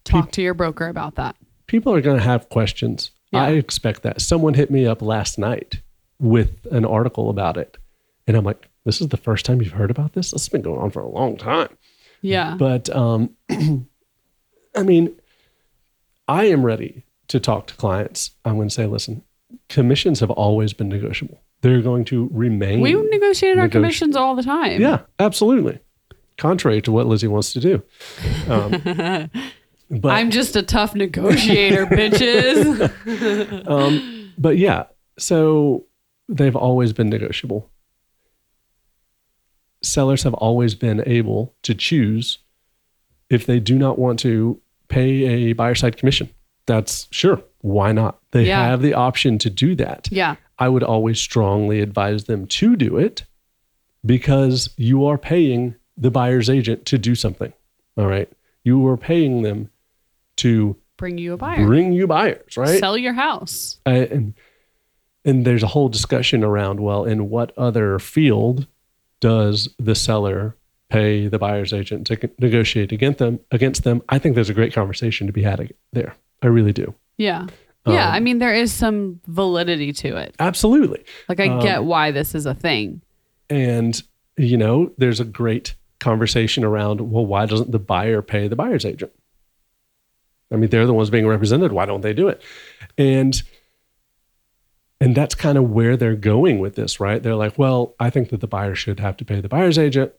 Talk to your broker about that.
People are going to have questions.
Yeah.
I expect that. Someone hit me up last night with an article about it. And I'm like, this is the first time you've heard about this? This has been going on for a long time.
Yeah.
But um, I mean, I am ready to talk to clients. I'm going to say, listen, commissions have always been negotiable. They're going to remain.
we negotiated our
Negoti-
commissions all the time.
yeah, absolutely. Contrary to what Lizzie wants to do. Um, but
I'm just a tough negotiator, bitches.
but yeah, so they've always been negotiable. Sellers have always been able to choose if they do not want to pay a buyer side commission. That's sure, why not? They
Yeah.
have the option to do that.
Yeah.
I would always strongly advise them to do it because you are paying the buyer's agent to do something. All right. You are paying them to
Bring you a buyer.
bring you buyers, right?
Sell your house.
I, Uh, and and there's a whole discussion around well, in what other field does the seller pay the buyer's agent to c- negotiate against them? Against them, I think there's a great conversation to be had ag- there. I really do.
Yeah. Yeah.
Um,
I mean, there is some validity to it.
Absolutely.
Like, I
um,
get why this is a thing.
And, you know, there's a great conversation around, well, why doesn't the buyer pay the buyer's agent? I mean, they're the ones being represented. Why don't they do it? And and that's kind of where they're going with this, right? They're like, well, I think that the buyer should have to pay the buyer's agent.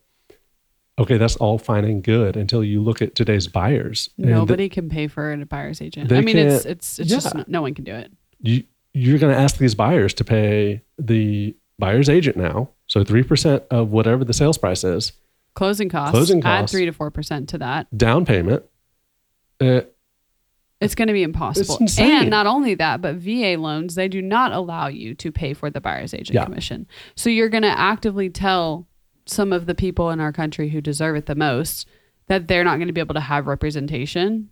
Okay, that's all fine and good until you look at today's buyers. And
Nobody can pay for a buyer's agent.
they
I mean, it's
can't-
it's it's just
Yeah.
no, no one can do it.
you you're going to ask these buyers to pay the buyer's agent now. So 3% of whatever the sales price is.
Closing costs.
Closing
Add
costs.
three to four percent to that.
down payment. Uh,
It's going to be impossible.
It's insane.
And not only that, but VA loans, they do not allow you to pay for the buyer's agent
Yeah.
commission. So you're going to actively tell some of the people in our country who deserve it the most that they're not going to be able to have representation.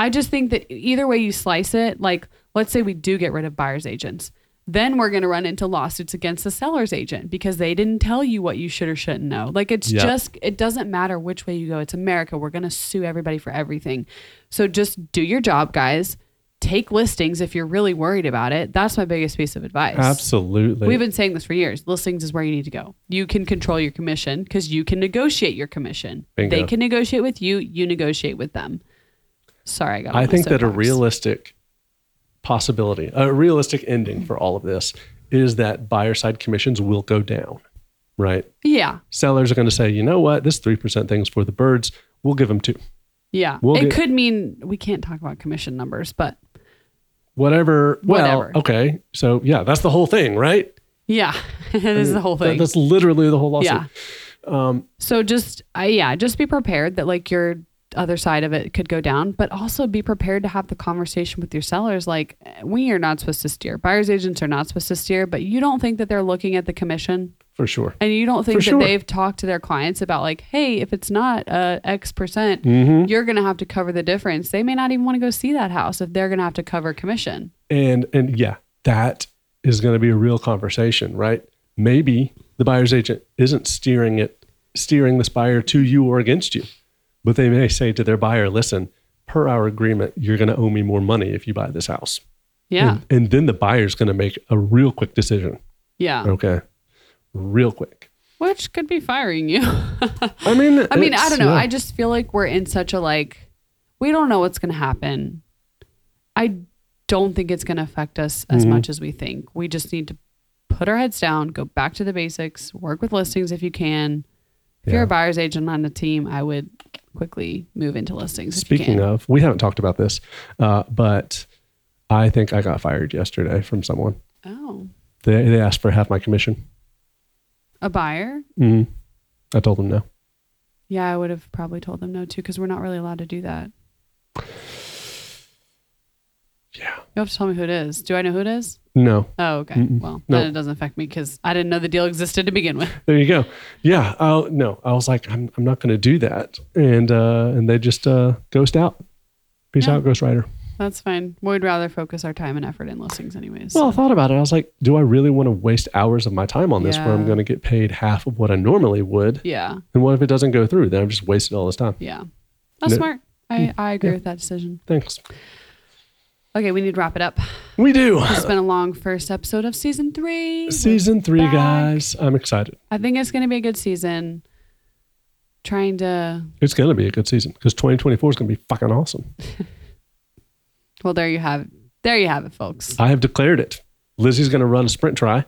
I just think that either way you slice it, like let's say we do get rid of buyer's agents, then we're going to run into lawsuits against the seller's agent because they didn't tell you what you should or shouldn't know. Like it's
Yeah.
just, it doesn't matter which way you go. It's America. We're going to sue everybody for everything. So just do your job, guys. Take listings if you're really worried about it. That's my biggest piece of advice.
absolutely.
We've been saying this for years. Listings is where you need to go. You can control your commission because you can negotiate your commission.
Bingo.
They can negotiate with you. You negotiate with them. Sorry, I got. on
I
my
think that a
soapbox.
realistic possibility, a realistic ending for all of this is that buyer side commissions will go down, right?
Yeah,
Sellers are going to say, you know what, this 3% thing's for the birds. We'll give them two.
yeah.
We'll
it
get-
could mean we can't talk about commission numbers, but
Whatever. Well,
Whatever.
okay. So, yeah, that's the whole thing, right?
yeah, it is the whole
That-
thing.
that's literally the whole lawsuit.
yeah. so just, I yeah, just be prepared that like your other side of it could go down, but also be prepared to have the conversation with your sellers. Like we are not supposed to steer. Buyers agents are not supposed to steer, but you don't think that they're looking at the commission
For sure.
And you don't think
For
that
sure.
they've talked to their clients about like, hey, if it's not uh, X percent,
Mm-hmm.
you're gonna have to cover the difference. They may not even want to go see that house if they're gonna have to cover commission.
And and yeah, that is going to be a real conversation, right? Maybe the buyer's agent isn't steering it steering this buyer to you or against you. But they may say to their buyer, listen, per our agreement, you're going to owe me more money if you buy this house.
Yeah,
And, and then the buyer's going to make a real quick decision.
yeah,
Okay. Real quick.
which could be firing you.
I mean,
I mean, I
it's-
don't know.
yeah.
I just feel like we're in such a like, we don't know what's gonna happen. I don't think it's gonna affect us as
Mm-hmm.
much as we think. We just need to put our heads down, go back to the basics, work with listings if you can. If you're
Yeah.
a buyer's agent on a team, I would quickly move into listings.
Speaking
if you can.
of, we haven't talked about this, uh, but I think I got fired yesterday from someone.
Oh,
They, they asked for half my commission.
a buyer?
Mm. I told them no.
Yeah, I would have probably told them no too because we're not really allowed to do that.
Yeah.
You have to tell me who it is. Do I know who it is?
No.
Oh, okay.
Mm-mm.
Well,
No.
then it doesn't affect me because I didn't know the deal existed to begin with.
There you go. Yeah. I'll, no, I was like, I'm, I'm not going to do that. And, uh, and they just, uh, ghost out. Peace
Yeah.
out, Ghost Rider.
That's fine. We'd rather focus our time and effort in listings, anyways.
Well, I thought about it. I was like, do I really want to waste hours of my time on this where I'm
Yeah.
going to get paid half of what I normally would?
yeah,
And what if it doesn't go through? Then I've just wasted all this time.
yeah. That's
No.
smart. I, I agree with that decision.
Thanks.
Okay, we need to wrap it up.
We do.
It's been a long first episode of season three.
Season three,
back.
guys. I'm excited.
I think it's going to be a good season. Trying to,
It's going to be a good season because 2024 is going to be fucking awesome.
well, there you have, there you have it, folks.
I have declared it. Lizzie's going to run a sprint try.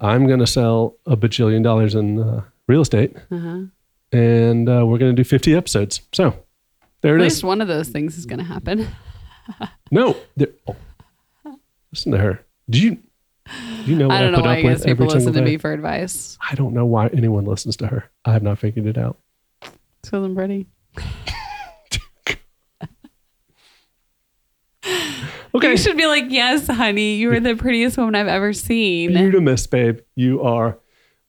I'm going to sell a bajillion dollars in uh, real estate,
Uh-huh.
and uh, we're going to do 50 episodes. So there
At
it
least
is.
one of those things is going to happen.
No, there- oh. listen to her. Do you? Do you know what
I
I,
don't know
put
why I
up
guess
with
people
every
listen
single
to
day?
me for advice.
I don't know why anyone listens to her. I have not figured it out.
It's 'cause I'm pretty.
Okay,
You should be like, yes, honey, you are the prettiest woman I've ever seen.
beautimous, babe. You are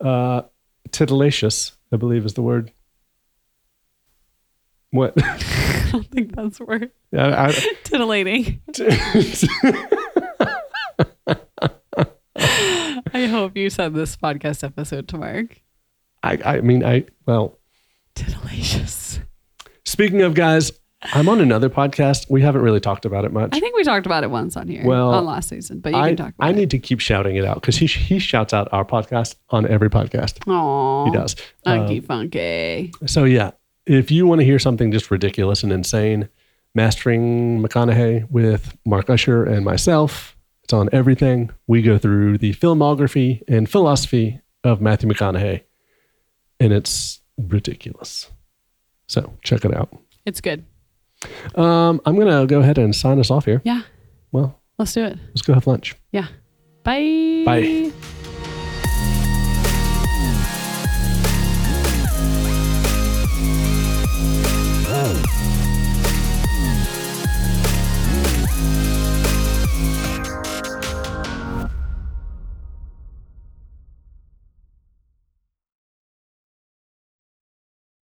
uh, titillacious. I believe is the word. What?
I don't think that's the word.
I, I,
Titillating. I hope you send this podcast episode to Mark.
I, I mean, I, well,
Titillacious.
speaking of guys, I'm on another podcast. We haven't really talked about it much.
I think we talked about it once on here.
Well,
on last season, but you
I,
can talk about
I
it.
need to keep shouting it out because he, he shouts out our podcast on every podcast.
Aww.
He does. Uh, um,
Unky funky.
So, yeah, if you want to hear something just ridiculous and insane, Mastering McConaughey with Mark Usher and myself, it's on everything. We go through the filmography and philosophy of Matthew McConaughey, and it's ridiculous. So, check it out.
It's good.
Um, I'm gonna go ahead and sign us off here.
Yeah.
Well,
Let's do it.
let's go have lunch.
Yeah. Bye.
Bye.